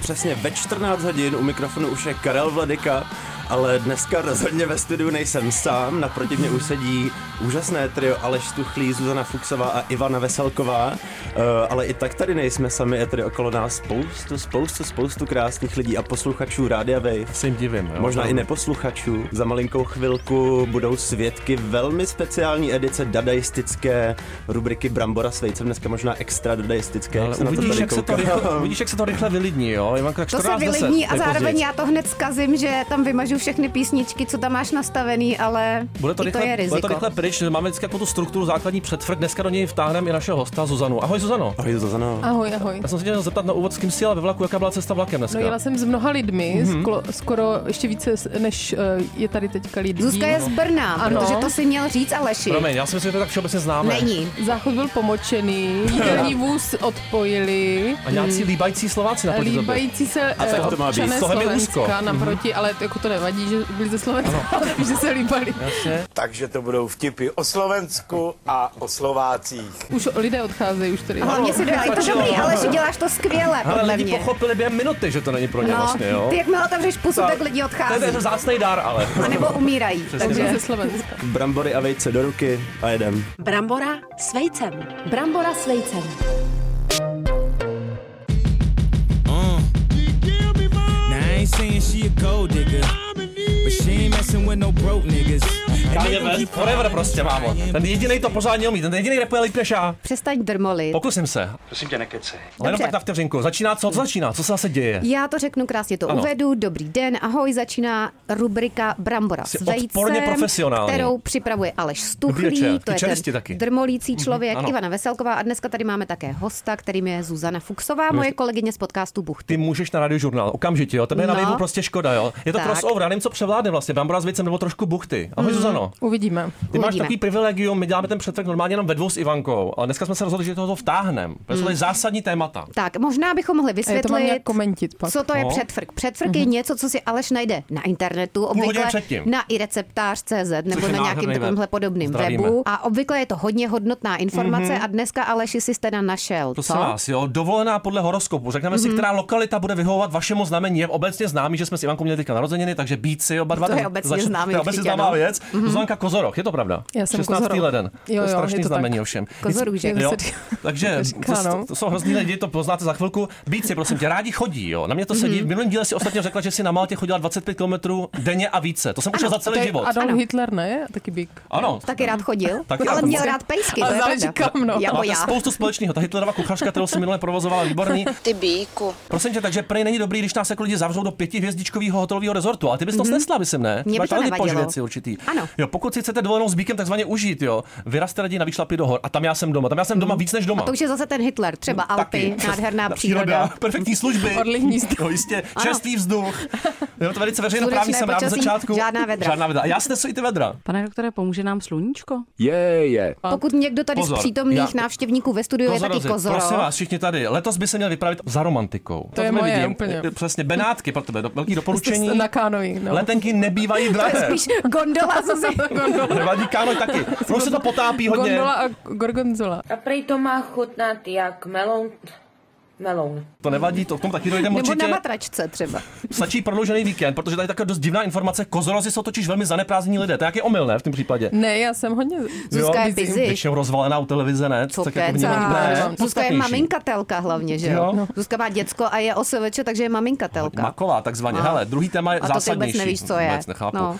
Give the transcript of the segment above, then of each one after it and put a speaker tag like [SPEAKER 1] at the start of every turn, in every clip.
[SPEAKER 1] přesně ve 14 hodin. U mikrofonu už je Karel Vladika, ale dneska rozhodně ve studiu nejsem sám. Naproti mě už sedí úžasné trio Aleš Stuchlý, Zuzana Fuxová a Ivana Veselková. Uh, ale i tak tady nejsme sami, je tady okolo nás spoustu, spoustu, spoustu krásných lidí a posluchačů Rádia Wave.
[SPEAKER 2] Se jim divím. Jo?
[SPEAKER 1] Možná i neposluchačů. Za malinkou chvilku budou svědky velmi speciální edice dadaistické rubriky Brambora s vejcem. Dneska možná extra dadaistické.
[SPEAKER 2] No, Ale uvidíš, jak se to rychle, uvidíš, jak se to rychle vylidní, jo? Ivanka,
[SPEAKER 3] To
[SPEAKER 2] 14
[SPEAKER 3] se vylidní a zároveň já to hned zkazím, že tam vymažu všechny písničky, co tam máš nastavený, ale
[SPEAKER 2] Bude to,
[SPEAKER 3] i
[SPEAKER 2] rychle,
[SPEAKER 3] to je riziko.
[SPEAKER 2] bude to rychle pryč, máme vždycky jako tu strukturu základní předfrt, dneska do něj vtáhneme i našeho hosta Zuzanu. Ahoj Zuzano.
[SPEAKER 1] Ahoj, Zuzano.
[SPEAKER 4] Ahoj, ahoj.
[SPEAKER 2] Já jsem se chtěl zeptat na úvod, s kým jsi jela ve vlaku, jaká byla cesta vlakem dneska?
[SPEAKER 4] No jela jsem s mnoha lidmi,
[SPEAKER 2] Mhm.
[SPEAKER 4] mm-hmm. sklo, skoro ještě více, s- než eh, je tady teďka lidí.
[SPEAKER 3] Zuzka je z Brna,
[SPEAKER 4] Ano.
[SPEAKER 3] protože to si měl říct Aleši.
[SPEAKER 2] Promiň, já si myslím, že to je tak všeobecně známe.
[SPEAKER 3] Není.
[SPEAKER 4] Záchod byl pomočený, jídelní vůz odpojili.
[SPEAKER 2] A nějací
[SPEAKER 3] Hmm.
[SPEAKER 2] líbající Slováci naproti tobě.
[SPEAKER 4] Líbající se a
[SPEAKER 2] tak to má být. Z toho je mi úzko. Mhm.
[SPEAKER 4] Slovenska naproti, ale to jako to nevadí, že byli ze Slovenska, ale že se líbali.
[SPEAKER 5] Takže to budou vtipy o Slovensku a o Slovácích.
[SPEAKER 4] Už lidé odcházejí už tady.
[SPEAKER 2] no,
[SPEAKER 3] Hlavně si dojela, je to dobrý, Aleši, děláš to skvěle,
[SPEAKER 2] Ale
[SPEAKER 3] podle
[SPEAKER 2] Jako lidi
[SPEAKER 3] mě.
[SPEAKER 2] pochopili během minuty, že to není pro ně
[SPEAKER 3] No,
[SPEAKER 2] vlastně, jo?
[SPEAKER 3] ty jakmile otevřeš pusu,
[SPEAKER 2] Tak.
[SPEAKER 3] tak lidi
[SPEAKER 2] To je- To
[SPEAKER 3] odchází.
[SPEAKER 2] je zácný dar, ale.
[SPEAKER 3] A nebo umírají.
[SPEAKER 4] Že
[SPEAKER 3] Takže
[SPEAKER 4] ze Slovenska.
[SPEAKER 1] Brambory a vejce do ruky a jedem.
[SPEAKER 6] Brambora s vejcem. Brambora s vejcem.
[SPEAKER 7] Now I ain't saying she a gold digger, but she ain't messing with no broke niggas. And they
[SPEAKER 2] Kanye
[SPEAKER 7] gon'
[SPEAKER 2] West,
[SPEAKER 7] keep
[SPEAKER 2] forever prostě, mámo. Ten jediný to pořádně umí, ten jediný repuje líp než já.
[SPEAKER 3] přestaň drmolit.
[SPEAKER 2] Pokusím se.
[SPEAKER 8] Prosím tě, nekecej.
[SPEAKER 2] Ale jenom
[SPEAKER 3] Dobře.
[SPEAKER 2] tak na vteřinku. Začíná co? Co Začíná, co se zase děje?
[SPEAKER 3] Já to řeknu krásně, to
[SPEAKER 2] Ano.
[SPEAKER 3] ano. uvedu. Dobrý den, ahoj, začíná rubrika Brambora
[SPEAKER 2] Jsi
[SPEAKER 3] s vejcem,
[SPEAKER 2] odporně profesionální.
[SPEAKER 3] kterou připravuje Aleš
[SPEAKER 2] Dobrý
[SPEAKER 3] Stuchlý,
[SPEAKER 2] večer. Ty
[SPEAKER 3] to je
[SPEAKER 2] čerstí
[SPEAKER 3] ten
[SPEAKER 2] taky. Mhm,
[SPEAKER 3] drmolící člověk,
[SPEAKER 2] ano.
[SPEAKER 3] Ivana Veselková a dneska tady máme také hosta, kterým je Zuzana Fuxová, moje kolegyně z podcastu Buchty.
[SPEAKER 2] Ty můžeš na radiožurnál, okamžitě, jo. Tebe je na
[SPEAKER 3] No.
[SPEAKER 2] no. prostě škoda, jo. Je to
[SPEAKER 3] Tak. Mhm.
[SPEAKER 2] crossover, já nevím, co převládne vlastně. Brambora s věcem nebo trošku buchty. Ahoj, mm. Zuzano.
[SPEAKER 4] Uvidíme.
[SPEAKER 2] Ty máš
[SPEAKER 3] Uvidíme.
[SPEAKER 2] takový privilegium, my děláme ten přetrh normálně jenom ve dvou s Ivankou, ale dneska jsme se rozhodli, že toho vtáhneme. Protože
[SPEAKER 3] Mhm.
[SPEAKER 2] jsou tady zásadní témata.
[SPEAKER 3] Tak, možná bychom mohli
[SPEAKER 4] A je to mám
[SPEAKER 3] vysvětlit,
[SPEAKER 4] nějak komentit pak. Mhm.
[SPEAKER 3] co to je
[SPEAKER 2] No.
[SPEAKER 3] předfrk. Předfrk je něco, co si Aleš najde na internetu, obvykle
[SPEAKER 2] předtím.
[SPEAKER 3] na ireceptář.cz nebo
[SPEAKER 2] je
[SPEAKER 3] na
[SPEAKER 2] nádherný
[SPEAKER 3] nějakém
[SPEAKER 2] web.
[SPEAKER 3] takovémhle podobným
[SPEAKER 2] Zdravíme.
[SPEAKER 3] webu. A obvykle je to hodně hodnotná informace
[SPEAKER 4] Mhm.
[SPEAKER 3] a dneska Aleši si teda našel.
[SPEAKER 2] Prosím
[SPEAKER 3] co?
[SPEAKER 2] vás, jo, dovolená podle horoskopu. Řekneme
[SPEAKER 4] Mhm.
[SPEAKER 2] si, která lokalita bude vyhovovat vašemu znamení. Je obecně známý, že jsme s Ivankou měli teďka narozeniny, takže bíci oba dva.
[SPEAKER 3] To je
[SPEAKER 2] takže
[SPEAKER 3] obecně
[SPEAKER 2] začne-
[SPEAKER 3] známý
[SPEAKER 2] To je obecně
[SPEAKER 3] určitě,
[SPEAKER 2] známá
[SPEAKER 3] no.
[SPEAKER 2] věc. Mm-hmm. Zuzanka Kozoroch, je to pravda?
[SPEAKER 4] Mhm. Já jsem
[SPEAKER 2] 16.
[SPEAKER 4] Kozorov.
[SPEAKER 2] leden.
[SPEAKER 4] Jo,
[SPEAKER 2] to je
[SPEAKER 4] jo,
[SPEAKER 2] strašný
[SPEAKER 4] je to
[SPEAKER 2] znamení
[SPEAKER 4] tak.
[SPEAKER 2] ovšem.
[SPEAKER 3] Kozorůžek.
[SPEAKER 2] Jo.
[SPEAKER 4] Jak se říká.
[SPEAKER 2] Takže
[SPEAKER 4] To říká,
[SPEAKER 2] to,
[SPEAKER 4] no.
[SPEAKER 2] to, jsou hrozný lidi, to poznáte za chvilku. Bíci, prosím tě, rádi chodí, jo. Na mě to
[SPEAKER 4] Mhm.
[SPEAKER 2] sedí. V minulém díle si ostatně řekla, že si na Maltě chodila 25 km denně a více. To jsem učil za
[SPEAKER 4] To
[SPEAKER 2] celý
[SPEAKER 4] je
[SPEAKER 2] život.
[SPEAKER 4] Adolf Hitler, ne? Taky big.
[SPEAKER 2] Ano.
[SPEAKER 3] Taky rád chodil,
[SPEAKER 2] Taky
[SPEAKER 3] ale
[SPEAKER 2] rád
[SPEAKER 3] měl
[SPEAKER 2] chodil.
[SPEAKER 3] rád pejsky,
[SPEAKER 4] A
[SPEAKER 3] to je
[SPEAKER 4] záleží
[SPEAKER 3] pravda.
[SPEAKER 4] kam, no.
[SPEAKER 3] Jako
[SPEAKER 2] Máte
[SPEAKER 3] já.
[SPEAKER 2] spoustu společného. Ta Hitlerova kuchařka, kterou si minule provozovala, výborný.
[SPEAKER 9] Ty bíku.
[SPEAKER 2] Prosím tě, takže prej není dobrý, když nás jako lidi zavřou do pěti hvězdičkového hotelového rezortu, ale ty bys to snesla, myslím, ne?
[SPEAKER 3] Mně Mhm. by
[SPEAKER 2] Máš
[SPEAKER 3] to
[SPEAKER 2] taky
[SPEAKER 3] nevadilo.
[SPEAKER 2] požvěci určitý.
[SPEAKER 3] Ano.
[SPEAKER 2] Jo, pokud si chcete dovolenou s bíkem takzvaně užít, jo, vyrazte raději na výšlapy do hor a tam já jsem doma. Tam já jsem doma víc než doma.
[SPEAKER 3] Mhm. To už je zase ten Hitler, třeba Alpy,
[SPEAKER 2] Taky.
[SPEAKER 3] nádherná
[SPEAKER 2] Ta
[SPEAKER 3] příroda.
[SPEAKER 2] Perfektní služby.
[SPEAKER 4] Orlí hnízdo.
[SPEAKER 2] Jo, jistě. Čerstvý vzduch. Jo, to velice veřejnoprávní
[SPEAKER 3] Slunečné
[SPEAKER 2] jsem rád od
[SPEAKER 3] počasí,
[SPEAKER 2] začátku.
[SPEAKER 3] žádná vedra.
[SPEAKER 2] Žádná vedra. A já snesu i ty vedra.
[SPEAKER 6] Pane doktore, pomůže nám sluníčko?
[SPEAKER 3] Pokud někdo tady
[SPEAKER 2] Pozor,
[SPEAKER 3] z přítomných
[SPEAKER 2] já-
[SPEAKER 3] návštěvníků ve studiu je taky
[SPEAKER 2] Kozorozi,
[SPEAKER 3] kozoro.
[SPEAKER 2] Prosím vás, všichni tady. Letos by se měl vypravit za romantikou.
[SPEAKER 4] je
[SPEAKER 2] tebe
[SPEAKER 4] moje,
[SPEAKER 2] vidím.
[SPEAKER 4] úplně.
[SPEAKER 2] Přesně, Benátky pro tebe. do- Velký doporučení.
[SPEAKER 4] Na kánoji, no.
[SPEAKER 2] Letenky nebývají
[SPEAKER 3] To je
[SPEAKER 2] drahé.
[SPEAKER 3] spíš gondola Zuzi.
[SPEAKER 2] Nevadí, káno taky. Ono se to potápí hodně.
[SPEAKER 4] Gondola a gorgonzola.
[SPEAKER 10] A prej to má chutnat jak melon, melon.
[SPEAKER 2] To nevadí, to v tom taky dojdeme
[SPEAKER 3] Nebo na
[SPEAKER 2] určitě.
[SPEAKER 3] matračce třeba.
[SPEAKER 2] Stačí prodloužený víkend, protože tady je taková dost divná informace. Kozorozy jsou totiž velmi zaneprázdní lidé. To je jak je omylné v tom případě.
[SPEAKER 4] Ne, já jsem hodně...
[SPEAKER 3] No, Zuzka je
[SPEAKER 4] busy.
[SPEAKER 3] busy.
[SPEAKER 2] Většinou rozvalená u televize, ne?
[SPEAKER 3] Co
[SPEAKER 2] jako vnímám,
[SPEAKER 3] kecá.
[SPEAKER 2] ne?
[SPEAKER 3] Zuzka je
[SPEAKER 2] Podstatnější.
[SPEAKER 3] maminkatelka hlavně, že
[SPEAKER 2] Jo.
[SPEAKER 3] jo?
[SPEAKER 2] No.
[SPEAKER 3] Zuzka má děcko a je osvč, takže je maminkatelka.
[SPEAKER 2] Maková, takzvaně.
[SPEAKER 3] A.
[SPEAKER 2] Hele, druhý téma je
[SPEAKER 3] No. A to ty
[SPEAKER 2] zásadnější.
[SPEAKER 3] vůbec nevíš, co je.
[SPEAKER 2] Vůbec nechápu.
[SPEAKER 3] No.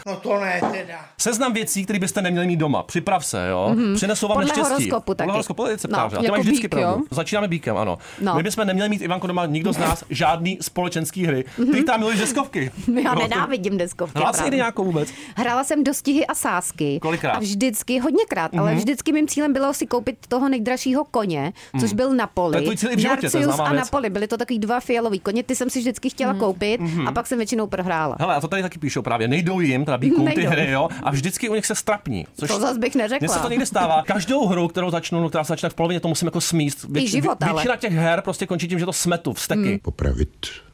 [SPEAKER 2] Seznam věcí, které byste neměli mít doma. Připrav se, jo. Mm-hmm. Přinesou vám
[SPEAKER 3] Mhm. Podle
[SPEAKER 2] neštěstí.
[SPEAKER 3] horoskopu taky.
[SPEAKER 2] Podle horoskopu, podle receptáře.
[SPEAKER 3] No,
[SPEAKER 2] A ty
[SPEAKER 4] jako
[SPEAKER 2] máš vždycky
[SPEAKER 4] bík,
[SPEAKER 2] pravdu.
[SPEAKER 4] jo?
[SPEAKER 2] Začínáme bíkem, ano.
[SPEAKER 3] No.
[SPEAKER 2] My bychom neměli mít, Ivanko, doma nikdo z nás žádný společenský hry. Ty tam miluješ deskovky.
[SPEAKER 3] Mhm. Já
[SPEAKER 2] No.
[SPEAKER 3] nenávidím deskovky.
[SPEAKER 2] Hlásí
[SPEAKER 3] opravdu.
[SPEAKER 2] jde nějakou vůbec?
[SPEAKER 3] Hrála jsem dostihy a sásky.
[SPEAKER 2] Kolikrát?
[SPEAKER 3] A vždycky, hodněkrát, mm-hmm. ale vždycky mým cílem bylo si koupit toho nejdražšího koně, což byl Napoli.
[SPEAKER 2] Mhm. To je tvůj cíl i v životě, to je
[SPEAKER 3] Narcius
[SPEAKER 2] známá
[SPEAKER 3] a
[SPEAKER 2] věc.
[SPEAKER 3] Napoli, byly to takový dva fialový koně, ty jsem si vždycky chtěla koupit a pak jsem většinou prohrála.
[SPEAKER 2] Mhm. Hele, a to tady taky píšou právě. Nejdou jim, teda bíkům ty
[SPEAKER 3] Nejdou.
[SPEAKER 2] hry, jo, a vždycky u nich se strapní. Což
[SPEAKER 3] To zas bych
[SPEAKER 2] Mně se
[SPEAKER 3] neřekla.
[SPEAKER 2] to někde stává. Každou hru, kterou začnu, no, která se začne v polovině, to musím jako smíst. Věč-
[SPEAKER 3] život,
[SPEAKER 2] vě-
[SPEAKER 3] ale. Hmm.
[SPEAKER 2] většina těch her prostě končí tím, že to smetu, vsteky.
[SPEAKER 5] Popravit.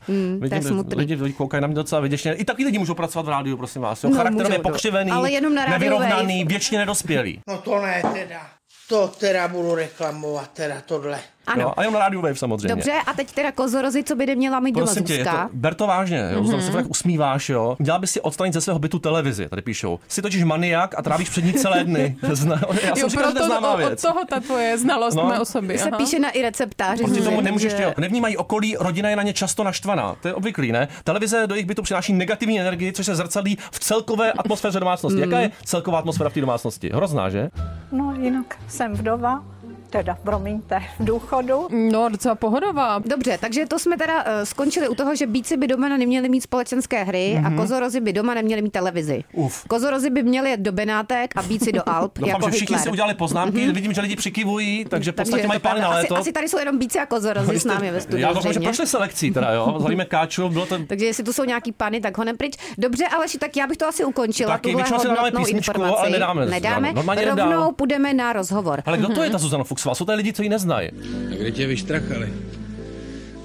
[SPEAKER 2] Mm,
[SPEAKER 3] to je smutný.
[SPEAKER 2] lidi, lidi koukají na mě docela vyděšně. I taky lidi můžou pracovat v rádiu, prosím vás. Jo,
[SPEAKER 3] No,
[SPEAKER 2] charakterově
[SPEAKER 3] můžou, no.
[SPEAKER 2] pokřivený,
[SPEAKER 3] Ale jenom na rádiu
[SPEAKER 2] nevyrovnaný, věčně nedospělý.
[SPEAKER 11] No to ne teda. To teda budu reklamovat teda tohle.
[SPEAKER 3] Ano.
[SPEAKER 2] Jo, a jenom na rádiu Wave samozřejmě.
[SPEAKER 3] Dobře, a teď teda kozorozy, co by neměla mít doma
[SPEAKER 2] Prosím tě, je to,
[SPEAKER 3] Zuzka.
[SPEAKER 2] ber to vážně, jo, mm-hmm.
[SPEAKER 3] Mhm.
[SPEAKER 2] se tak usmíváš, jo. Měla by si odstranit ze svého bytu televizi, tady píšou. Jsi totiž maniak a trávíš před ní celé dny. To zna- Já jsem říkal, že to je známá
[SPEAKER 4] od, od
[SPEAKER 2] věc.
[SPEAKER 4] toho ta tvoje znalost
[SPEAKER 2] No.
[SPEAKER 4] no. mé osoby.
[SPEAKER 3] Se
[SPEAKER 4] aha.
[SPEAKER 3] píše na i receptáři. Mhm.
[SPEAKER 2] Proti tomu
[SPEAKER 3] Zuzi,
[SPEAKER 2] nemůžeš
[SPEAKER 3] takže-
[SPEAKER 2] dělat. Nevnímají okolí, rodina je na ně často naštvaná. To je obvyklý, ne? Televize do jejich bytu přináší negativní energii, což se zrcadlí v celkové atmosféře
[SPEAKER 3] Mm.
[SPEAKER 2] domácnosti. Jaká je celková atmosféra v té domácnosti? Hrozná,
[SPEAKER 3] Jako
[SPEAKER 2] že?
[SPEAKER 8] No jinak jsem vdova, teda promiňte, v důchodu.
[SPEAKER 4] No, docela pohodová.
[SPEAKER 3] Dobře, takže to jsme teda eh, skončili u toho, že bíci by doma neměli mít společenské hry a kozorozy by doma neměli mít televizi.
[SPEAKER 2] Mhm. Uf.
[SPEAKER 3] Kozorozy by měli jet do Benátek a bíci do Alp.
[SPEAKER 2] Doufám, že
[SPEAKER 3] jako
[SPEAKER 2] všichni
[SPEAKER 3] Hitler. Mhm.
[SPEAKER 2] si udělali poznámky, vidím, že lidi přikivují, takže v
[SPEAKER 3] Takže
[SPEAKER 2] podstatě
[SPEAKER 3] je
[SPEAKER 2] mají
[SPEAKER 3] to
[SPEAKER 2] plány
[SPEAKER 3] pravda.
[SPEAKER 2] na
[SPEAKER 3] asi,
[SPEAKER 2] léto. No,
[SPEAKER 3] asi tady jsou jenom bíci a kozorozy s námi ve studiu.
[SPEAKER 2] Já doufám, že
[SPEAKER 3] zřejmě.
[SPEAKER 2] prošli selekcí, teda jo. Zdravíme Káču, bylo to
[SPEAKER 3] Takže jestli tu jsou nějaký pany, tak honem pryč. Dobře, Aleši, tak já bych to asi ukončila.
[SPEAKER 2] Taky,
[SPEAKER 3] tuhle
[SPEAKER 2] většinou si dáme
[SPEAKER 3] hodnotnou
[SPEAKER 2] písničku, ale
[SPEAKER 3] informaci.
[SPEAKER 2] nedáme.
[SPEAKER 3] nedáme.
[SPEAKER 2] Normálně
[SPEAKER 3] Rovnou
[SPEAKER 2] nedám.
[SPEAKER 3] půjdeme na rozhovor.
[SPEAKER 2] Ale kdo to je ta Zuzana Fuchsová? Jsou to lidi, co ji neznají.
[SPEAKER 7] A kde tě vyštrachali?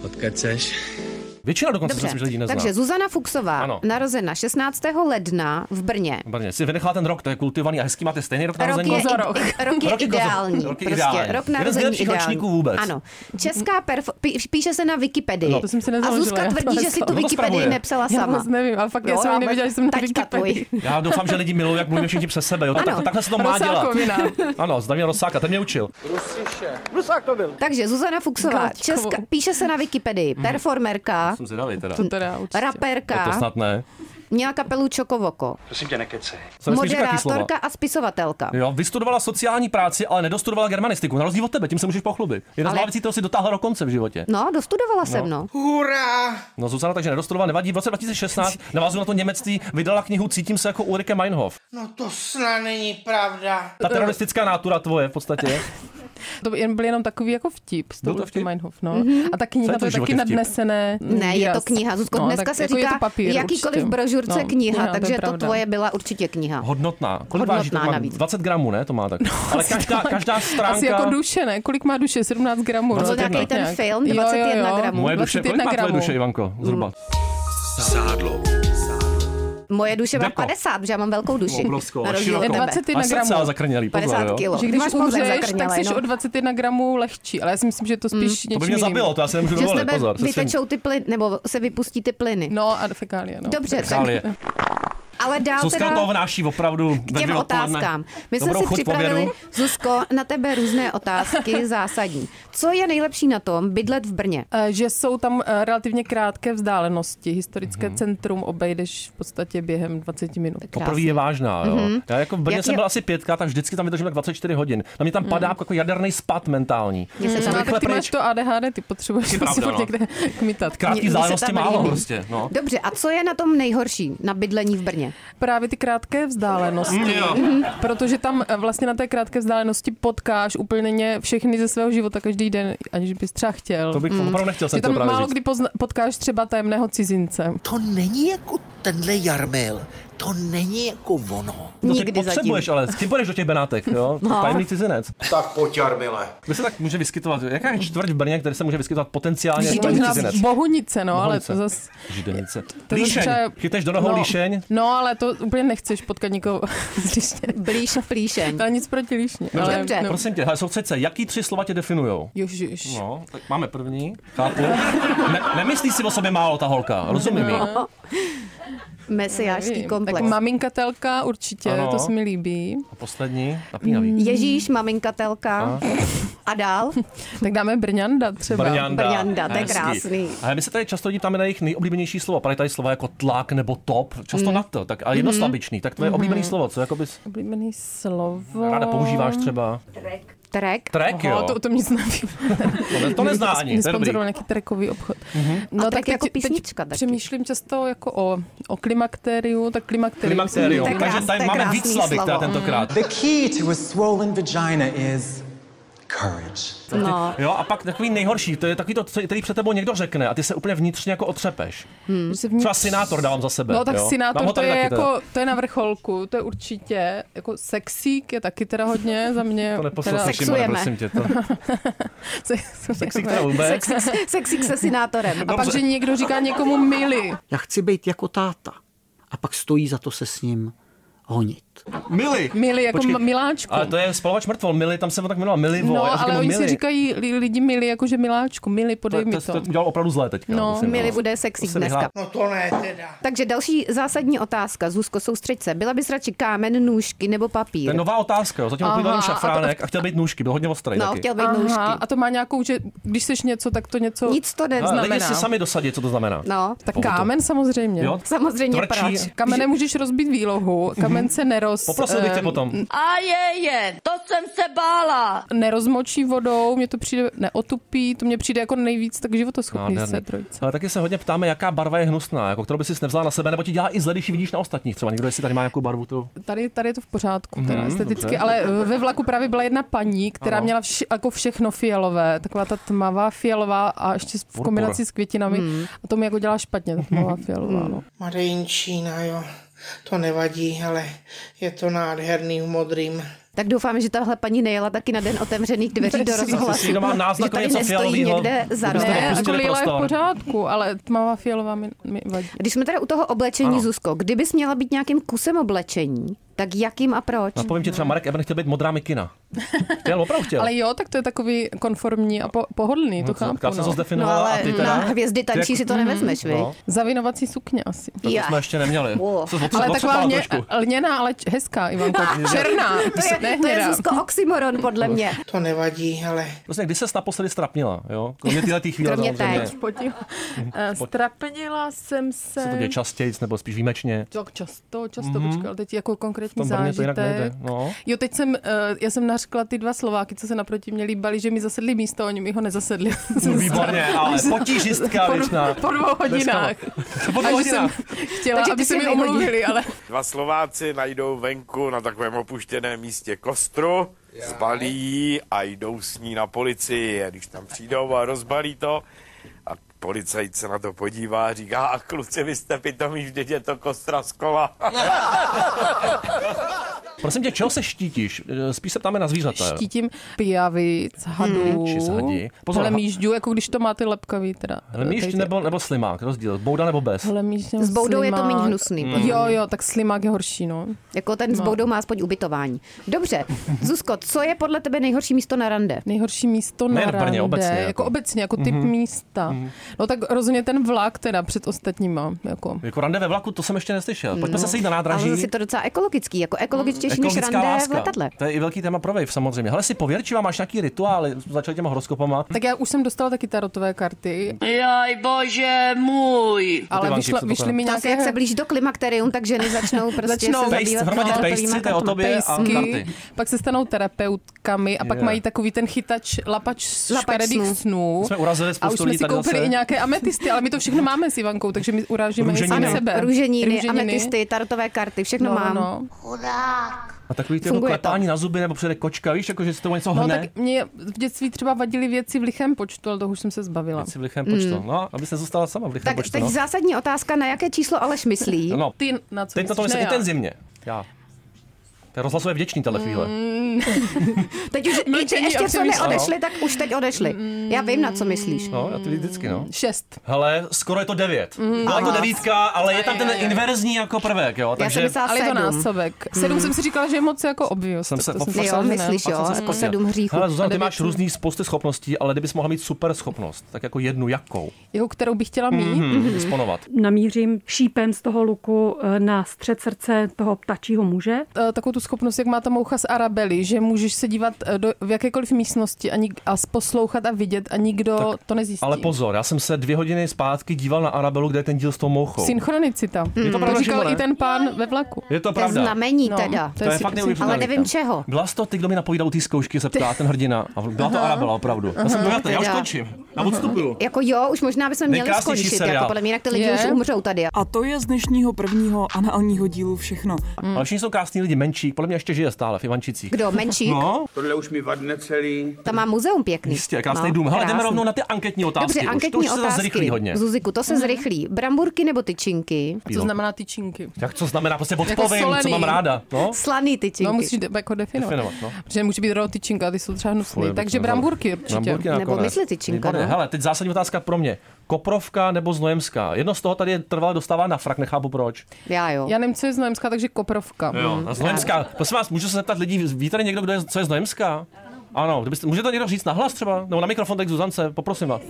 [SPEAKER 7] Odkud seš?
[SPEAKER 2] Většina dokonce si
[SPEAKER 3] Dobře,
[SPEAKER 2] myslím, že lidí nezná.
[SPEAKER 3] takže Zuzana Fuxová,
[SPEAKER 2] Ano.
[SPEAKER 3] narozena 16. ledna v Brně.
[SPEAKER 2] Brně, si vynechala ten rok, to je kultivovaný a hezký, máte stejný rok
[SPEAKER 3] Rok
[SPEAKER 2] narození.
[SPEAKER 3] je,
[SPEAKER 4] Za
[SPEAKER 3] ide-
[SPEAKER 4] rok.
[SPEAKER 3] rok je
[SPEAKER 2] Rok je kozo-
[SPEAKER 3] ideální.
[SPEAKER 2] rok je
[SPEAKER 3] prostě,
[SPEAKER 2] ideální.
[SPEAKER 3] Rok
[SPEAKER 2] Jeden z
[SPEAKER 3] narození
[SPEAKER 2] nejlepších
[SPEAKER 3] ideální.
[SPEAKER 2] ročníků vůbec. No.
[SPEAKER 3] Ano. Česká perf- pí- píše se na Wikipedii.
[SPEAKER 4] to jsem
[SPEAKER 3] a
[SPEAKER 4] si nezaložila,
[SPEAKER 3] Zuzka
[SPEAKER 4] já to
[SPEAKER 3] tvrdí, že si
[SPEAKER 4] hezká.
[SPEAKER 2] Kdo
[SPEAKER 3] tu
[SPEAKER 2] to
[SPEAKER 3] Wikipedii
[SPEAKER 2] spravuje?
[SPEAKER 3] nepsala
[SPEAKER 4] Já
[SPEAKER 3] sama.
[SPEAKER 4] moc nevím, ale fakt já
[SPEAKER 3] Jo,
[SPEAKER 4] jsem ani
[SPEAKER 3] ale
[SPEAKER 4] nevěděla, že jsem na
[SPEAKER 3] taťka tvůj.
[SPEAKER 4] Wikipedii.
[SPEAKER 2] Já doufám, že lidi milují, jak mluvíme všichni přes sebe. Jo? Tak,
[SPEAKER 3] Ano.
[SPEAKER 2] takhle se to má dělat.
[SPEAKER 4] Rosákovina.
[SPEAKER 2] Ano, zdravím Rosáka, ten mě učil.
[SPEAKER 3] Takže Zuzana Fuxová,
[SPEAKER 4] Gaťkovou.
[SPEAKER 3] česká, píše se na Wikipedii, performerka,
[SPEAKER 2] Jsem zvědavý teda.
[SPEAKER 4] To teda Mhm. určitě.
[SPEAKER 2] To
[SPEAKER 3] raperka,
[SPEAKER 2] snad ne.
[SPEAKER 3] měla kapelu Čokovoko,
[SPEAKER 2] Jsem nesmí říkat takový slova.
[SPEAKER 3] moderátorka a spisovatelka.
[SPEAKER 2] Jo, vystudovala sociální práci, ale nedostudovala germanistiku. Na rozdíl od tebe, tím se můžeš pochlubit. Jedna z
[SPEAKER 3] Ale-
[SPEAKER 2] mála věcí, kterou si dotáhla do konce v životě.
[SPEAKER 3] No, dostudovala jsem, no.
[SPEAKER 2] No Zuzana takže nedostudovala, nevadí. V roce 2016 navazu na to němectví, vydala knihu Cítím se jako Ulrike Meinhof.
[SPEAKER 9] No to snad není pravda.
[SPEAKER 2] Ta teroristická nátura tvoje v podstatě.
[SPEAKER 4] To jen byl jenom takový jako vtip. Z
[SPEAKER 2] Byl
[SPEAKER 4] toho
[SPEAKER 2] to vtip?
[SPEAKER 4] Meinhof, no. A ta kniha
[SPEAKER 2] Co je
[SPEAKER 4] to,
[SPEAKER 2] to v
[SPEAKER 4] je
[SPEAKER 2] životě
[SPEAKER 4] taky
[SPEAKER 2] vtip?
[SPEAKER 4] nadnesené.
[SPEAKER 3] Mhm. Ne, je to
[SPEAKER 4] výraz.
[SPEAKER 3] kniha. Zuzko, dneska
[SPEAKER 4] tak
[SPEAKER 3] se
[SPEAKER 4] jako je
[SPEAKER 3] říká
[SPEAKER 4] to papír,
[SPEAKER 3] jakýkoliv
[SPEAKER 4] určitě.
[SPEAKER 3] brožurce kniha,
[SPEAKER 4] kniha, to je
[SPEAKER 3] takže to,
[SPEAKER 4] pravda.
[SPEAKER 3] tvoje byla určitě kniha.
[SPEAKER 2] Hodnotná. Kolik
[SPEAKER 3] Hodnotná
[SPEAKER 2] váží? To má
[SPEAKER 3] navíc. No,
[SPEAKER 2] 20 gramů, ne? To má tak. Ale každá, každá stránka...
[SPEAKER 4] Asi jako duše, ne? Kolik má duše? 17 gramů. no,
[SPEAKER 3] to
[SPEAKER 4] tak
[SPEAKER 3] nějaký ten
[SPEAKER 4] nějak.
[SPEAKER 3] film,
[SPEAKER 4] Jo, jo,
[SPEAKER 3] 21
[SPEAKER 4] jo.
[SPEAKER 3] gramů.
[SPEAKER 2] Moje duše, kolik
[SPEAKER 4] 21
[SPEAKER 2] má tvoje
[SPEAKER 4] gramů.
[SPEAKER 2] duše, Ivanko? Zhruba.
[SPEAKER 3] Moje duše má
[SPEAKER 2] Deko.
[SPEAKER 3] 50, protože já mám velkou duši.
[SPEAKER 2] Obrovskou,
[SPEAKER 3] Na rozdíl
[SPEAKER 2] širokou.
[SPEAKER 3] od tebe.
[SPEAKER 4] 21
[SPEAKER 2] A srdce
[SPEAKER 4] gramů.
[SPEAKER 2] ale zakrnělý, pozor,
[SPEAKER 3] 50
[SPEAKER 2] jo.
[SPEAKER 3] kilo.
[SPEAKER 4] Že když
[SPEAKER 3] Máš mozek
[SPEAKER 4] umřeš, tak
[SPEAKER 3] zakrnělej,
[SPEAKER 4] jsi
[SPEAKER 3] no. Mm.
[SPEAKER 4] o 21 gramů lehčí, ale já si myslím, že je to spíš
[SPEAKER 2] To by
[SPEAKER 4] něčím
[SPEAKER 2] mě
[SPEAKER 4] jiným.
[SPEAKER 2] zabilo, to já se nemůžu
[SPEAKER 3] Že z
[SPEAKER 2] dovolit,
[SPEAKER 3] tebe
[SPEAKER 2] pozor. se svým-
[SPEAKER 3] vytečou ty plyny, nebo se vypustí ty plyny.
[SPEAKER 4] No a fekálie, no.
[SPEAKER 3] Dobře, tak,
[SPEAKER 2] Itálie.
[SPEAKER 3] ale dál
[SPEAKER 2] Zuzka to
[SPEAKER 3] teda
[SPEAKER 2] vnáší opravdu ve
[SPEAKER 3] k
[SPEAKER 2] dvě
[SPEAKER 3] těm
[SPEAKER 2] odpoledne.
[SPEAKER 3] otázkám. My jsme
[SPEAKER 2] Dobrou
[SPEAKER 3] si
[SPEAKER 2] chuť po
[SPEAKER 3] připravili,
[SPEAKER 2] věru.
[SPEAKER 3] Zuzko, na tebe různé otázky zásadní. Co je nejlepší na tom bydlet v Brně?
[SPEAKER 4] Eh, Že jsou tam eh, relativně krátké vzdálenosti. Historické
[SPEAKER 2] Mhm.
[SPEAKER 4] centrum obejdeš v podstatě během 20 minut.
[SPEAKER 2] Poprvé je vážná, jo. Já jako v Brně
[SPEAKER 3] Mhm. Jak
[SPEAKER 2] jsem
[SPEAKER 3] je-
[SPEAKER 2] byl asi pětka, tak vždycky tam vydržím tak 24 hodin. Na mě tam padá jako jaderný spad mentální.
[SPEAKER 3] Mně se
[SPEAKER 4] No,
[SPEAKER 3] tam-
[SPEAKER 4] ale tak ty máš to ADHD, ty potřebuješ
[SPEAKER 2] Taky
[SPEAKER 4] to si
[SPEAKER 2] pravda,
[SPEAKER 4] furt
[SPEAKER 2] no.
[SPEAKER 4] někde kmitat.
[SPEAKER 3] Mně- mně
[SPEAKER 2] Krátký
[SPEAKER 3] se
[SPEAKER 2] záležitosti
[SPEAKER 3] tam
[SPEAKER 2] málo
[SPEAKER 3] líbí.
[SPEAKER 2] prostě, no.
[SPEAKER 3] Dobře, a co je na tom nejhorší na bydlení v Brně?
[SPEAKER 4] Právě ty krátké vzdálenosti.
[SPEAKER 2] Mm,
[SPEAKER 4] Protože tam eh, vlastně na té krátké vzdálenosti potkáš úplně všechny ze svého života každý den, aniž bys třeba chtěl.
[SPEAKER 2] To bych
[SPEAKER 3] Mhm.
[SPEAKER 2] opravdu nechtěl
[SPEAKER 4] že
[SPEAKER 2] jsem to
[SPEAKER 4] tam
[SPEAKER 2] právě
[SPEAKER 4] málo
[SPEAKER 2] říct.
[SPEAKER 4] kdy pozna- potkáš třeba tajemného cizince.
[SPEAKER 9] To není jako tenhle Jarmil. To není jako ono.
[SPEAKER 2] To si
[SPEAKER 3] Nikdy zatím. No.
[SPEAKER 2] potřebuješ, ale s tím půjdeš do těch Benátek, jo? Tajemný cizinec.
[SPEAKER 5] Tak pojď, Jarmile.
[SPEAKER 2] Kde se tak může vyskytovat? Jaká je čtvrť v Brně, kde se může vyskytovat potenciálně tajemný
[SPEAKER 4] Možná
[SPEAKER 2] cizinec?
[SPEAKER 4] Bohunice, no, ale
[SPEAKER 2] Bohunice.
[SPEAKER 4] to zase...
[SPEAKER 2] Židenice.
[SPEAKER 4] To
[SPEAKER 2] Líšeň.
[SPEAKER 4] třeba-
[SPEAKER 2] Chytneš do nohou
[SPEAKER 4] no,
[SPEAKER 2] líšeň.
[SPEAKER 4] No, ale to úplně nechceš potkat nikoho z líšně.
[SPEAKER 3] Blíž v plíšeň.
[SPEAKER 4] Ale nic proti líšně. Ale,
[SPEAKER 3] Dobře.
[SPEAKER 4] no.
[SPEAKER 2] Prosím tě, hele, soustředce, jaký tři slova tě definujou?
[SPEAKER 4] Ježiš.
[SPEAKER 2] No, tak máme první. Chápu. Ne, nemyslí si o sobě málo ta holka, rozumím jí.
[SPEAKER 3] Mesiášský
[SPEAKER 4] Tak
[SPEAKER 3] komplex.
[SPEAKER 4] maminkatelka určitě,
[SPEAKER 2] Ano.
[SPEAKER 4] to se mi líbí.
[SPEAKER 2] A poslední,
[SPEAKER 3] Mm,
[SPEAKER 2] napínavý.
[SPEAKER 3] Ježíš, maminkatelka. A dál?
[SPEAKER 4] Tak dáme Brňanda třeba.
[SPEAKER 2] Brňanda.
[SPEAKER 3] Brňanda, to je
[SPEAKER 2] Hezký.
[SPEAKER 3] krásný.
[SPEAKER 2] Ale my se tady často lidi ptáme na jejich nejoblíbenější slova. Padají tady slova jako tlak nebo top, často na to, tak, ale jednoslabičný. Tak to je oblíbený slovo, co jako bys
[SPEAKER 4] Oblíbený slovo.
[SPEAKER 2] ráda používáš třeba?
[SPEAKER 3] Trek?
[SPEAKER 2] Track,
[SPEAKER 4] Aha,
[SPEAKER 2] jo.
[SPEAKER 4] to o tom nic nevím.
[SPEAKER 2] To, ne- to nezná ani, to je dobrý. Mhm.
[SPEAKER 4] Nesponsoroval nějaký trekový obchod. No,
[SPEAKER 3] track jako písnička
[SPEAKER 4] teď
[SPEAKER 3] taky.
[SPEAKER 4] přemýšlím často jako o, o klimakteriu, tak klimakterium.
[SPEAKER 2] Klimakterium.
[SPEAKER 3] To je
[SPEAKER 2] Takže
[SPEAKER 3] krásný,
[SPEAKER 2] tady
[SPEAKER 3] to je
[SPEAKER 2] máme
[SPEAKER 3] krásný
[SPEAKER 2] víc slabik
[SPEAKER 3] slovo.
[SPEAKER 2] teda tentokrát.
[SPEAKER 7] The key to a swollen vagina is courage.
[SPEAKER 3] No.
[SPEAKER 2] Jo, a pak takový nejhorší, to je takový to, co- který před tebou někdo řekne a ty se úplně vnitřně jako otřepeš.
[SPEAKER 4] Že se vnitř-
[SPEAKER 2] Třeba sinátor dávám za sebe.
[SPEAKER 4] No tak
[SPEAKER 2] jo. Mám ho
[SPEAKER 4] sinátor to
[SPEAKER 2] tady
[SPEAKER 4] je
[SPEAKER 2] taky teda.
[SPEAKER 4] jako, to je na vrcholku, to je určitě, jako sexík je taky teda hodně za mě.
[SPEAKER 2] To
[SPEAKER 4] teda,
[SPEAKER 2] neposlouchej, Šimone,
[SPEAKER 3] Sexujeme.
[SPEAKER 2] prosím tě. To, sexík teda vůbec.
[SPEAKER 3] Sexik, sexik se sinátorem.
[SPEAKER 4] jako- A pak, že někdo říká někomu mili.
[SPEAKER 9] Já chci být jako táta. A pak stojí za to se s ním honit.
[SPEAKER 2] Mili.
[SPEAKER 4] Mili, jako
[SPEAKER 2] Počkej.
[SPEAKER 4] Počkej. miláčku.
[SPEAKER 2] Ale to je spalovač mrtvol, Mili, tam se on tak jmenoval, Mili, vole, já
[SPEAKER 4] no,
[SPEAKER 2] říkám
[SPEAKER 4] ale oni
[SPEAKER 2] Mili.
[SPEAKER 4] si říkají li- lidi mili, jakože miláčku, mili, podej
[SPEAKER 2] to,
[SPEAKER 4] mi
[SPEAKER 2] to,
[SPEAKER 4] to.
[SPEAKER 2] to, to udělal opravdu zlé teďka.
[SPEAKER 4] No,
[SPEAKER 2] musím
[SPEAKER 3] Mili
[SPEAKER 2] říct.
[SPEAKER 3] bude sexy
[SPEAKER 2] To se
[SPEAKER 3] dneska.
[SPEAKER 2] vyhlá-
[SPEAKER 9] No to ne teda.
[SPEAKER 3] Takže další zásadní otázka, Zuzko, soustřed se. Byla bys radši kámen, nůžky nebo
[SPEAKER 2] To
[SPEAKER 3] papír?
[SPEAKER 2] je nová otázka, jo. Zatím
[SPEAKER 4] Aha,
[SPEAKER 2] uplýval jenom
[SPEAKER 4] a to-
[SPEAKER 2] šafránek a chtěl být nůžky, byl hodně ostrý.
[SPEAKER 3] no,
[SPEAKER 2] taky.
[SPEAKER 3] chtěl být
[SPEAKER 4] Aha,
[SPEAKER 3] nůžky.
[SPEAKER 4] a to má nějakou, že když seš něco, tak to něco...
[SPEAKER 3] Nic to
[SPEAKER 2] Ale
[SPEAKER 3] neznamená.
[SPEAKER 2] Lidi si sami dosadí, co to znamená.
[SPEAKER 3] No,
[SPEAKER 4] Tak
[SPEAKER 2] Pohotovo.
[SPEAKER 4] kámen samozřejmě.
[SPEAKER 2] Jo?
[SPEAKER 3] samozřejmě
[SPEAKER 2] Tvrdší.
[SPEAKER 3] proč.
[SPEAKER 4] Kamenem můžeš rozbít výlohu, kamen se neroz,
[SPEAKER 2] Poprosil bych tě
[SPEAKER 4] ehm,
[SPEAKER 2] potom.
[SPEAKER 10] A je, je, to jsem se bála.
[SPEAKER 4] nerozmočí vodou, mě to přijde neotupí, to mě přijde jako nejvíc tak životoschopný
[SPEAKER 2] Nádherný.
[SPEAKER 4] z té trojice.
[SPEAKER 2] Ale taky se hodně ptáme, jaká barva je hnusná, jako kterou by si nevzala na sebe, nebo ti dělá i zle, když ji vidíš na ostatních. Třeba někdo, jestli tady má nějakou barvu, to
[SPEAKER 4] Tady, tady je to v pořádku, teda
[SPEAKER 2] Mhm,
[SPEAKER 4] esteticky,
[SPEAKER 2] dobře.
[SPEAKER 4] ale eh, ve vlaku právě byla jedna paní,
[SPEAKER 2] Ano.
[SPEAKER 4] která ano. měla vš- jako všechno fialové, taková ta tmavá fialová a ještě s- v kombinaci s květinami
[SPEAKER 3] Mhm.
[SPEAKER 4] a to mi jako dělá špatně, ta
[SPEAKER 2] Mhm.
[SPEAKER 4] tmavá fialová. No.
[SPEAKER 11] Madejnčína, jo. To nevadí, ale je to nádherný v modrým.
[SPEAKER 3] Tak doufám, že tahle paní nejela taky na den otevřených dveří do
[SPEAKER 4] Asi-
[SPEAKER 3] rozhlasu.
[SPEAKER 2] asi doma náznak
[SPEAKER 3] Jako že tady
[SPEAKER 2] něco
[SPEAKER 3] nestojí
[SPEAKER 2] fialovýho.
[SPEAKER 3] někde
[SPEAKER 2] Kdybyste
[SPEAKER 3] za
[SPEAKER 2] ho
[SPEAKER 3] rohem.
[SPEAKER 4] Ne, jako
[SPEAKER 2] pustili
[SPEAKER 4] lila je v
[SPEAKER 2] prostor.
[SPEAKER 4] pořádku, ale tmavá fialová mi, mi vadí.
[SPEAKER 3] Když jsme teda u toho oblečení,
[SPEAKER 2] Ano.
[SPEAKER 3] ano. Zuzko, kdybys měla být nějakým kusem oblečení, tak jakým a proč?
[SPEAKER 2] Napovím ti třeba, Marek Eben chtěl být modrá mikina. Chtěl, opravdu chtěl.
[SPEAKER 4] Ale jo, tak to je takový konformní a po, pohodlný, to chápu.
[SPEAKER 2] Já jsem to
[SPEAKER 4] No.
[SPEAKER 3] No
[SPEAKER 2] zdefinovala a
[SPEAKER 3] ale
[SPEAKER 2] ty teda?
[SPEAKER 3] na hvězdy tančí
[SPEAKER 2] Ty
[SPEAKER 3] si to nevezmeš, vy?
[SPEAKER 2] No.
[SPEAKER 4] Zavinovací sukně asi.
[SPEAKER 2] To
[SPEAKER 3] Já.
[SPEAKER 2] jsme ještě neměli.
[SPEAKER 3] Wow.
[SPEAKER 2] Jsi odsu-
[SPEAKER 4] Ale taková
[SPEAKER 2] odsutal
[SPEAKER 4] hně,
[SPEAKER 2] trošku.
[SPEAKER 4] lněná, ale č- hezká, Ivanko. Černá.
[SPEAKER 3] Ah, To
[SPEAKER 4] ne
[SPEAKER 3] je, to je
[SPEAKER 4] hnědá.
[SPEAKER 3] Zuzko oxymoron, podle
[SPEAKER 2] No.
[SPEAKER 3] mě.
[SPEAKER 11] To nevadí, ale
[SPEAKER 2] Prostě, kdy se naposledy strapnila, jo? Kromě tyhle tý chvíle
[SPEAKER 3] Kromě
[SPEAKER 2] samozřejmě.
[SPEAKER 3] teď. Eh,
[SPEAKER 4] Strapnila jsem se...
[SPEAKER 2] Se Hm, to děje častěji, nebo spíš výjimečně.
[SPEAKER 4] Tak často, často, mm-hmm. počkej, ale teď jako
[SPEAKER 2] Mhm. V tom
[SPEAKER 4] konkrétní
[SPEAKER 2] Brně to jinak
[SPEAKER 4] zážitek.
[SPEAKER 2] nejde. No.
[SPEAKER 4] Jo, teď jsem, uh, já jsem nařkla ty dva Slováky, co se naproti mě líbali, že mi zasedli místo, oni mi ho nezasedli.
[SPEAKER 2] No, výborně, ale potížistka věčná.
[SPEAKER 4] po dvou hodinách.
[SPEAKER 2] Po
[SPEAKER 4] A
[SPEAKER 2] dvou
[SPEAKER 4] že jsem
[SPEAKER 2] hodinách.
[SPEAKER 4] chtěla,
[SPEAKER 3] Takže ty
[SPEAKER 4] aby
[SPEAKER 3] jsi
[SPEAKER 4] se mi
[SPEAKER 3] nejhodnější.
[SPEAKER 4] omluvili, ale
[SPEAKER 5] Dva Slováci najdou venku na takovém opuštěném místě kostru, zbalí ji a jdou s ní na policii. A když tam přijdou a rozbalí to, a policajt se na to podívá a říká, a kluci, vy jste pitomí, vždyť je to kostra z kola.
[SPEAKER 2] Prosím tě, čeho se štítíš? Eh, Spíš se ptáme na zvířata. jo?
[SPEAKER 4] štítím pijavic, hadů,
[SPEAKER 2] Hmm. Či z hadí. Pozor,
[SPEAKER 4] Pozor,
[SPEAKER 2] ha-
[SPEAKER 4] mížďu, jako když to máte lepkavý teda.
[SPEAKER 2] Lemíšť
[SPEAKER 4] Tady-
[SPEAKER 2] nebo, nebo slimák, rozdíl, bouda nebo bez.
[SPEAKER 4] Hele, míš,
[SPEAKER 3] S boudou je to méně hnusný,
[SPEAKER 2] Hmm.
[SPEAKER 3] podle mě.
[SPEAKER 4] Jo, jo, tak slimák je horší, no.
[SPEAKER 3] Jako ten s boudou má aspoň ubytování. Dobře, Zuzko, co je podle tebe nejhorší místo na rande?
[SPEAKER 4] Nejhorší místo na
[SPEAKER 2] Nejen v Brně,
[SPEAKER 4] rande,
[SPEAKER 2] obecně
[SPEAKER 4] jako.
[SPEAKER 2] jako. Mhm.
[SPEAKER 4] obecně, jako typ místa. No tak rozhodně ten vlak teda před ostatníma, jako.
[SPEAKER 2] Jako rande ve vlaku, to jsem ještě neslyšel. Pojďme se sejít na nádraží.
[SPEAKER 3] No, Ale zase je to docela ekologický, jako ekologičtější než
[SPEAKER 2] Ekologická
[SPEAKER 3] rande
[SPEAKER 2] láska.
[SPEAKER 3] v letadle.
[SPEAKER 2] To je i velký téma pro Wave, samozřejmě. Hele, si pověrčivá, máš nějaký rituály, Jsme začali těma horoskopama.
[SPEAKER 4] Tak já už jsem dostala taky tarotové karty,
[SPEAKER 10] Jaj, bože můj.
[SPEAKER 4] ale
[SPEAKER 2] Ivanky,
[SPEAKER 4] vyšla,
[SPEAKER 2] co to
[SPEAKER 4] vyšly mi
[SPEAKER 3] Zase, jak
[SPEAKER 4] nějaké
[SPEAKER 3] se blíží do klimakterium, tak ženy začnou prostě
[SPEAKER 4] Začnou
[SPEAKER 3] se
[SPEAKER 2] pejst,
[SPEAKER 3] zabývat
[SPEAKER 2] hromadit
[SPEAKER 3] kartovýma
[SPEAKER 2] pejsci, to je o
[SPEAKER 3] kartama.
[SPEAKER 2] tobě. Tobě a karty.
[SPEAKER 4] pejsky, pak se stanou terapeutkami a pak
[SPEAKER 2] Je.
[SPEAKER 4] mají takový ten chytač, lapač,
[SPEAKER 3] Lapač
[SPEAKER 4] škaredých
[SPEAKER 3] snů.
[SPEAKER 4] snů.
[SPEAKER 2] Jsme urazili
[SPEAKER 4] a
[SPEAKER 2] spoustu
[SPEAKER 4] už jsme
[SPEAKER 2] lidí
[SPEAKER 4] si
[SPEAKER 2] tady
[SPEAKER 4] koupili
[SPEAKER 2] zase.
[SPEAKER 4] i nějaké ametisty, ale my to všechno máme s Ivankou, takže my urážíme i
[SPEAKER 2] Růženiny.
[SPEAKER 4] sami
[SPEAKER 3] Ano,
[SPEAKER 4] sebe.
[SPEAKER 3] růženiny, ametisty, tarotové karty, všechno
[SPEAKER 4] No,
[SPEAKER 3] mám.
[SPEAKER 4] no.
[SPEAKER 2] A takový ty jako
[SPEAKER 3] Funguje to.
[SPEAKER 2] klepání na zuby nebo přijde kočka, víš, jako, že se to něco
[SPEAKER 4] No
[SPEAKER 2] hne.
[SPEAKER 4] tak mě v dětství třeba vadily věci v lichém počtu, ale toho už jsem se zbavila.
[SPEAKER 2] Si v lichém počtu. No, aby se zůstala sama v lichém
[SPEAKER 3] Hmm. Tak
[SPEAKER 2] počtu.
[SPEAKER 3] teď
[SPEAKER 2] no.
[SPEAKER 3] zásadní otázka, na jaké číslo Aleš myslí?
[SPEAKER 2] No,
[SPEAKER 4] Ty na co
[SPEAKER 2] teď na to
[SPEAKER 4] myslíš,
[SPEAKER 2] myslím
[SPEAKER 4] ne já.
[SPEAKER 2] intenzivně. Já. To je rozhlasové vděčný tahle chvíle.
[SPEAKER 3] Hmm. Teď už i ty
[SPEAKER 4] Mlčení
[SPEAKER 3] ještě co
[SPEAKER 4] optimistů.
[SPEAKER 3] neodešli, tak už teď odešli.
[SPEAKER 4] Mm.
[SPEAKER 3] Já vím, na co myslíš.
[SPEAKER 2] No, já to vždycky, no.
[SPEAKER 4] Šest.
[SPEAKER 2] Hele, skoro je to devět.
[SPEAKER 3] Mhm.
[SPEAKER 2] Byla to devítka, ale je tam ten inverzní jako prvek, jo.
[SPEAKER 3] Já
[SPEAKER 2] Takže
[SPEAKER 3] jsem myslela
[SPEAKER 4] Ale je to
[SPEAKER 3] sedm.
[SPEAKER 4] násobek. Sedm jsem si říkala, že je moc jako obvious.
[SPEAKER 2] Jsem
[SPEAKER 4] tak
[SPEAKER 2] se
[SPEAKER 4] to
[SPEAKER 2] popsal-
[SPEAKER 4] myslela,
[SPEAKER 3] Jo,
[SPEAKER 4] že ne.
[SPEAKER 3] myslíš, jo, jako sedm hříchů.
[SPEAKER 2] Hele, Zuzana, ty
[SPEAKER 4] devět
[SPEAKER 2] máš
[SPEAKER 4] jsem-
[SPEAKER 2] různý spousty schopností, ale kdybys mohla mít super schopnost, tak jako jednu, jakou?
[SPEAKER 4] Jeho, kterou bych chtěla mít.
[SPEAKER 3] Mhm.
[SPEAKER 2] Hmm, disponovat.
[SPEAKER 12] namířím šípem z toho luku eh, na střed srdce toho ptačího muže.
[SPEAKER 4] eh, takovou tu schopnost, jak má ta moucha z Arabely, že můžeš se dívat eh, do, v jakékoliv místnosti a, nik, a poslouchat a vidět a nikdo tak, to nezjistí.
[SPEAKER 2] Ale pozor, já jsem se dvě hodiny zpátky díval na Arabelu, kde je ten díl s tou mouchou.
[SPEAKER 4] Synchronicita.
[SPEAKER 2] Je to pravda,
[SPEAKER 4] To říkal
[SPEAKER 2] Šimone?
[SPEAKER 4] i ten pán ve vlaku. No,
[SPEAKER 2] Je to
[SPEAKER 3] To je
[SPEAKER 2] pravda.
[SPEAKER 3] znamení teda.
[SPEAKER 2] To je fakt
[SPEAKER 4] si-
[SPEAKER 2] neuvěřitelné.
[SPEAKER 3] Ale nevím čeho.
[SPEAKER 2] Byla jsi to ty, kdo mi napovídal u té zkoušky, se ptá ten hrdina. A byla to Arabela, opravdu. Já jsem dojatý, já už
[SPEAKER 3] teda.
[SPEAKER 2] končím. Já odstupuju.
[SPEAKER 3] Jako jo, už možná bychom měli
[SPEAKER 2] Nejkrásnější
[SPEAKER 3] skončit,
[SPEAKER 2] seriál.
[SPEAKER 3] jako podle mě, jinak ty lidi
[SPEAKER 4] Je?
[SPEAKER 3] už umřou tady.
[SPEAKER 13] A to je z dnešního prvního análního dílu všechno.
[SPEAKER 3] Mhm.
[SPEAKER 2] Ale všichni jsou krásní lidi, menší, podle mě ještě žije stále v Ivančicích.
[SPEAKER 3] Kdo, menší?
[SPEAKER 2] No,
[SPEAKER 14] Tohle už mi vadne celý.
[SPEAKER 3] Tam má muzeum pěkný.
[SPEAKER 2] jistě, krásný
[SPEAKER 3] No,
[SPEAKER 2] dům. Hele, jdeme
[SPEAKER 3] krásný.
[SPEAKER 2] rovnou na ty anketní otázky.
[SPEAKER 3] Dobře,
[SPEAKER 2] už.
[SPEAKER 3] anketní
[SPEAKER 2] to už se zase zrychlí
[SPEAKER 3] otázky.
[SPEAKER 2] hodně.
[SPEAKER 3] Zuziku, to se zrychlí. Bramburky nebo tyčinky?
[SPEAKER 4] Co
[SPEAKER 2] no.
[SPEAKER 4] znamená No, tyčinky?
[SPEAKER 2] Jak co znamená? Prostě
[SPEAKER 4] Jako
[SPEAKER 2] odpovím, co
[SPEAKER 4] solený.
[SPEAKER 2] mám ráda. No?
[SPEAKER 3] Slaný tyčinky.
[SPEAKER 4] No, musíš de- jako definovat.
[SPEAKER 2] Definovat, no.
[SPEAKER 4] Protože může být rotičinka, ty jsou třeba
[SPEAKER 2] Fuj,
[SPEAKER 4] hnusný.
[SPEAKER 2] bych
[SPEAKER 4] Takže
[SPEAKER 2] neznal.
[SPEAKER 4] bramburky určitě.
[SPEAKER 2] Bramburky
[SPEAKER 3] Nebo
[SPEAKER 2] nakonec.
[SPEAKER 3] mysli tyčinka,
[SPEAKER 2] Výborně. dobře, hele, teď zásadní otázka pro mě. Koprovka nebo Znojemská? Jedno z toho tady trvale dostává na frak, nechápu proč.
[SPEAKER 3] Já jo.
[SPEAKER 4] Já nevím, co je Znojemská, takže Koprovka.
[SPEAKER 3] No,
[SPEAKER 2] Jo,
[SPEAKER 4] Hm.
[SPEAKER 2] a Znojemská, prosím vás, můžu se zeptat lidí, ví tady někdo, kdo je, co je Znojemská? Ano, kdybyste, můžete to někdo říct nahlas třeba, nebo na mikrofon, tak Zuzance, poprosím vás.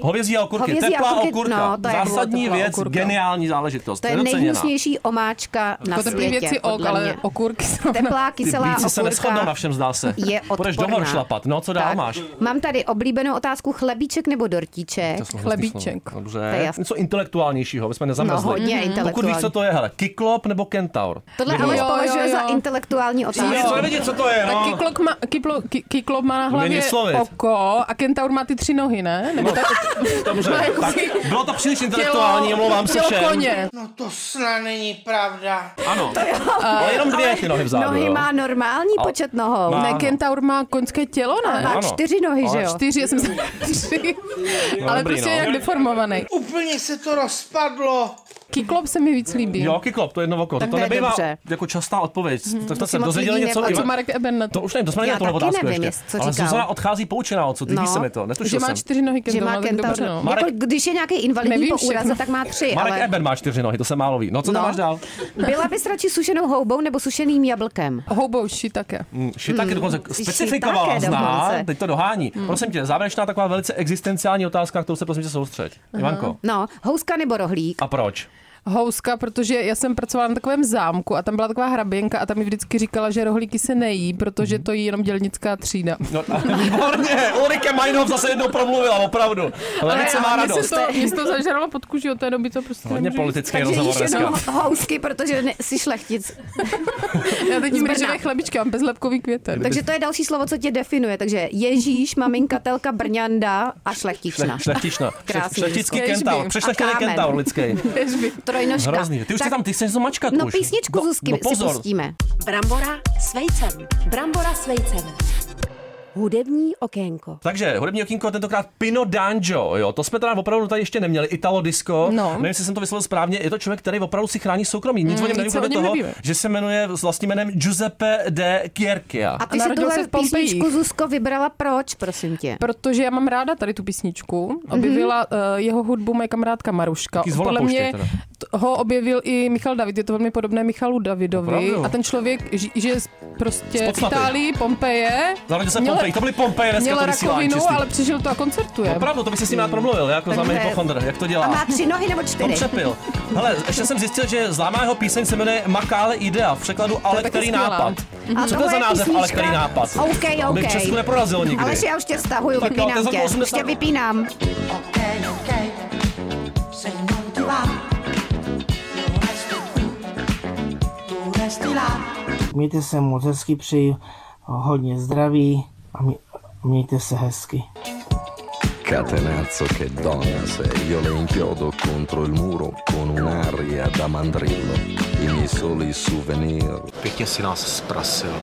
[SPEAKER 2] Hovězí a okurky,
[SPEAKER 3] Hovězí a
[SPEAKER 2] teplá
[SPEAKER 3] okurky,
[SPEAKER 2] okurka,
[SPEAKER 3] no, to je
[SPEAKER 2] zásadní
[SPEAKER 3] teplá
[SPEAKER 2] věc,
[SPEAKER 3] okurka.
[SPEAKER 2] geniální záležitost.
[SPEAKER 3] To je
[SPEAKER 2] nedoceněná.
[SPEAKER 3] nejhnusnější omáčka na
[SPEAKER 2] Jako
[SPEAKER 4] To
[SPEAKER 3] světě.
[SPEAKER 4] trpí věci ok,
[SPEAKER 3] podle
[SPEAKER 4] ale
[SPEAKER 3] mě.
[SPEAKER 4] okurky jsou...
[SPEAKER 3] Teplá kyselá
[SPEAKER 2] Víci se neschodnou
[SPEAKER 3] okurka.
[SPEAKER 2] na všem, zdá se.
[SPEAKER 3] je
[SPEAKER 2] Půjdeš do hor
[SPEAKER 3] odporná.
[SPEAKER 2] šlapat, no co dál
[SPEAKER 3] Tak.
[SPEAKER 2] máš?
[SPEAKER 3] Mám tady oblíbenou otázku chlebíček nebo dortíček.
[SPEAKER 2] To jsou hrozný slova.
[SPEAKER 3] To je
[SPEAKER 2] Dobře,
[SPEAKER 3] jasný.
[SPEAKER 2] něco intelektuálnějšího, aby jsme nezamrzli.
[SPEAKER 3] No, hodně
[SPEAKER 2] Pokud víš,
[SPEAKER 3] intelektuální.
[SPEAKER 2] co to je, hele, kyklop nebo kentaur?
[SPEAKER 3] Tohle
[SPEAKER 2] Kdo?
[SPEAKER 3] ale
[SPEAKER 4] Jo,
[SPEAKER 3] považuje
[SPEAKER 4] jo,
[SPEAKER 3] za
[SPEAKER 4] jo.
[SPEAKER 3] intelektuální otázku.
[SPEAKER 2] Jo. nevědí, co to je, no.
[SPEAKER 4] Tak kyklop má, kyplo, ky, kyklop má na
[SPEAKER 2] Umění
[SPEAKER 4] hlavě
[SPEAKER 2] slovit.
[SPEAKER 4] oko a kentaur má ty tři nohy, ne? Nebo tak,
[SPEAKER 2] No, Dobře,
[SPEAKER 4] má jako
[SPEAKER 2] tak
[SPEAKER 4] ty-
[SPEAKER 2] bylo to příliš intelektuální, omlouvám se
[SPEAKER 4] tělo
[SPEAKER 2] všem.
[SPEAKER 4] koně.
[SPEAKER 11] No to snad není pravda.
[SPEAKER 2] Ano, ale jenom dvě ty nohy vzadu.
[SPEAKER 3] Nohy
[SPEAKER 2] jo.
[SPEAKER 3] má normální
[SPEAKER 2] A-
[SPEAKER 3] počet nohou.
[SPEAKER 2] Má,
[SPEAKER 4] Ne,
[SPEAKER 2] no.
[SPEAKER 4] kentaur má koňské tělo, ne?
[SPEAKER 3] Má
[SPEAKER 2] Ano.
[SPEAKER 3] čtyři nohy, že
[SPEAKER 2] Ale
[SPEAKER 3] jo?
[SPEAKER 4] Čtyři, já jsem se tři.
[SPEAKER 2] No,
[SPEAKER 4] Ale
[SPEAKER 2] dobrý,
[SPEAKER 4] prostě
[SPEAKER 2] no.
[SPEAKER 4] je jak deformovaný.
[SPEAKER 11] Úplně se to rozpadlo.
[SPEAKER 4] Kyklop se mi víc líbí.
[SPEAKER 2] Jo, kyklop, to je jedno oko.
[SPEAKER 4] Tak
[SPEAKER 2] To
[SPEAKER 4] to je
[SPEAKER 2] nebývá
[SPEAKER 4] dobře. Mhm.
[SPEAKER 2] jako častá odpověď. Tak to
[SPEAKER 4] To si
[SPEAKER 2] jsem
[SPEAKER 4] moc
[SPEAKER 2] dozvěděl
[SPEAKER 4] lidí
[SPEAKER 2] něco.
[SPEAKER 4] neví. A co
[SPEAKER 2] Ivan-
[SPEAKER 4] Marek Eben na to?
[SPEAKER 2] To už nevím, to jsme
[SPEAKER 4] Já
[SPEAKER 2] neměli tuhle
[SPEAKER 4] taky
[SPEAKER 2] otázku
[SPEAKER 4] nevím,
[SPEAKER 2] ještě.
[SPEAKER 4] jest- co
[SPEAKER 2] Ale
[SPEAKER 4] říkal. No,
[SPEAKER 2] Zuzana odchází poučená odsud, líbí se mi to,
[SPEAKER 4] že
[SPEAKER 2] netušil
[SPEAKER 4] má
[SPEAKER 2] jsem.
[SPEAKER 4] čtyři nohy
[SPEAKER 3] Že
[SPEAKER 4] kentaur,
[SPEAKER 3] má
[SPEAKER 4] no, tak
[SPEAKER 3] kentaur.
[SPEAKER 4] dobře, no.
[SPEAKER 3] Jako, když je nějaký invalidní
[SPEAKER 4] Nevím
[SPEAKER 3] po úraze,
[SPEAKER 4] všechno.
[SPEAKER 3] tak má tři,
[SPEAKER 2] jako- Marek
[SPEAKER 3] ale...
[SPEAKER 2] Eben má čtyři nohy, to se málo ví. No, co tam máš dál?
[SPEAKER 3] Byla bys radši sušenou houbou nebo sušeným jablkem?
[SPEAKER 4] Houbou také.
[SPEAKER 2] Šit taky
[SPEAKER 3] Mm,
[SPEAKER 2] dokonce
[SPEAKER 3] shiitake
[SPEAKER 2] specifikovala, zná,
[SPEAKER 3] dokonce. Hmm.
[SPEAKER 2] teď to dohání. Prosím tě, závěrečná taková velice existenciální otázka, na kterou se prosím tě soustřeď. Ivanko,
[SPEAKER 3] No, houska nebo rohlík?
[SPEAKER 2] a proč?
[SPEAKER 4] Houska, protože já jsem pracovala na takovém zámku a tam byla taková hraběnka a tam mi vždycky říkala, že rohlíky se nejí, protože to jí jenom dělnická třída.
[SPEAKER 2] Mhm. No, výborně, Ulrike Majnov zase jednou promluvila, opravdu. Levice má
[SPEAKER 4] ale mně
[SPEAKER 2] radost.
[SPEAKER 4] se to, mě se to zažralo pod kůži, od té doby to prostě
[SPEAKER 2] Hodně
[SPEAKER 4] nemůžu
[SPEAKER 2] politický
[SPEAKER 4] jíst.
[SPEAKER 2] roz-
[SPEAKER 3] Že jíš
[SPEAKER 2] Rozhovor
[SPEAKER 3] jenom
[SPEAKER 2] dneska.
[SPEAKER 3] housky, protože ne, jsi šlechtic.
[SPEAKER 4] Já teď
[SPEAKER 3] z
[SPEAKER 4] jim
[SPEAKER 3] Brna.
[SPEAKER 4] rýžové chlebičky, mám bezlepkový květen.
[SPEAKER 3] Takže to je další slovo, co tě definuje. Takže Ježíš, maminka, telka, brňanda a šlechtična.
[SPEAKER 2] Šle- Šlechtična. Šle-
[SPEAKER 3] Krásný
[SPEAKER 2] Šlechtický
[SPEAKER 3] výzkum.
[SPEAKER 2] kentaur,
[SPEAKER 3] Ježby.
[SPEAKER 2] přešlechtěný
[SPEAKER 3] A kámen.
[SPEAKER 2] kentaur lidský.
[SPEAKER 3] Trojnožka.
[SPEAKER 2] Hrozný. Ty už tak... tam, ty chceš něco mačkat
[SPEAKER 3] No
[SPEAKER 2] už.
[SPEAKER 3] písničku
[SPEAKER 2] No,
[SPEAKER 3] Zuzky
[SPEAKER 2] no,
[SPEAKER 3] si
[SPEAKER 2] pozor.
[SPEAKER 3] pustíme.
[SPEAKER 6] Brambora s vejcem. Brambora s vejcem. Hudební okénko.
[SPEAKER 2] Takže hudební okýnko tentokrát Pino Danjo, jo, to jsme teda opravdu tady ještě neměli, Italo Disco,
[SPEAKER 4] No.
[SPEAKER 2] nevím, jestli jsem to vyslovil správně, je to člověk, který opravdu si chrání soukromí, nic
[SPEAKER 4] Mm,
[SPEAKER 2] o něm
[SPEAKER 4] nic
[SPEAKER 2] nevím
[SPEAKER 4] se o
[SPEAKER 2] kromě
[SPEAKER 4] něm
[SPEAKER 2] toho,
[SPEAKER 4] nevíme.
[SPEAKER 2] že se jmenuje s vlastním jménem Giuseppe de Chierchia.
[SPEAKER 3] A ty si
[SPEAKER 4] narodil
[SPEAKER 3] tuhle
[SPEAKER 4] se v Pompejích.
[SPEAKER 3] písničku Zuzko vybrala proč, prosím tě?
[SPEAKER 4] Protože já mám ráda tady tu písničku. Objevila mm-hmm. jeho hudbu moje kamarádka Maruška.
[SPEAKER 2] Mhm. Taky z Volapouště teda.
[SPEAKER 4] t- ho objevil i Michal David, je to velmi podobné Michalu Davidovi.
[SPEAKER 2] Opravdu?
[SPEAKER 4] A ten člověk ži- žije z-
[SPEAKER 2] Z
[SPEAKER 4] prostě v
[SPEAKER 2] podstaty.
[SPEAKER 4] Itálii, Pompeje.
[SPEAKER 2] Zarodil se v
[SPEAKER 4] Měl-
[SPEAKER 2] Pompeji, to byly Pompeje, dneska
[SPEAKER 4] Měl
[SPEAKER 2] to vysílání
[SPEAKER 4] rakovinu,
[SPEAKER 2] čistý.
[SPEAKER 4] ale přežil to a koncertuje.
[SPEAKER 2] Opravdu, to bych si s ním rád promluvil, já jako
[SPEAKER 3] Takže-
[SPEAKER 2] známý hypochondr, jak to dělá.
[SPEAKER 3] A má tři nohy nebo
[SPEAKER 2] To
[SPEAKER 3] čtyři?
[SPEAKER 2] přepil. Hele, ještě jsem zjistil, že známá jeho píseň se jmenuje Makále idea, v překladu ale
[SPEAKER 4] taky
[SPEAKER 2] který
[SPEAKER 4] skvělá.
[SPEAKER 2] nápad.
[SPEAKER 3] A
[SPEAKER 2] Co to je
[SPEAKER 3] tohle
[SPEAKER 2] za
[SPEAKER 3] je
[SPEAKER 2] název ale
[SPEAKER 3] písnička-
[SPEAKER 2] který nápad?
[SPEAKER 3] OK, OK.
[SPEAKER 2] By v Česku neprorazil nikdy.
[SPEAKER 3] Ale já už tě stahuju,
[SPEAKER 2] Tak jo, to je
[SPEAKER 3] vypínám
[SPEAKER 2] za
[SPEAKER 3] tě.
[SPEAKER 2] 80.
[SPEAKER 3] Už tě vypínám.
[SPEAKER 15] se non ti va, io resto qui, tu resti là.
[SPEAKER 11] Mějte se moc hezky, přeji hodně zdraví a mě- mějte se hezky.
[SPEAKER 16] Catenazzo che donna sei, io le inchiodo contro il muro con un'aria da mandrillo, i miei soli souvenir. Pěkně si nás zprasil.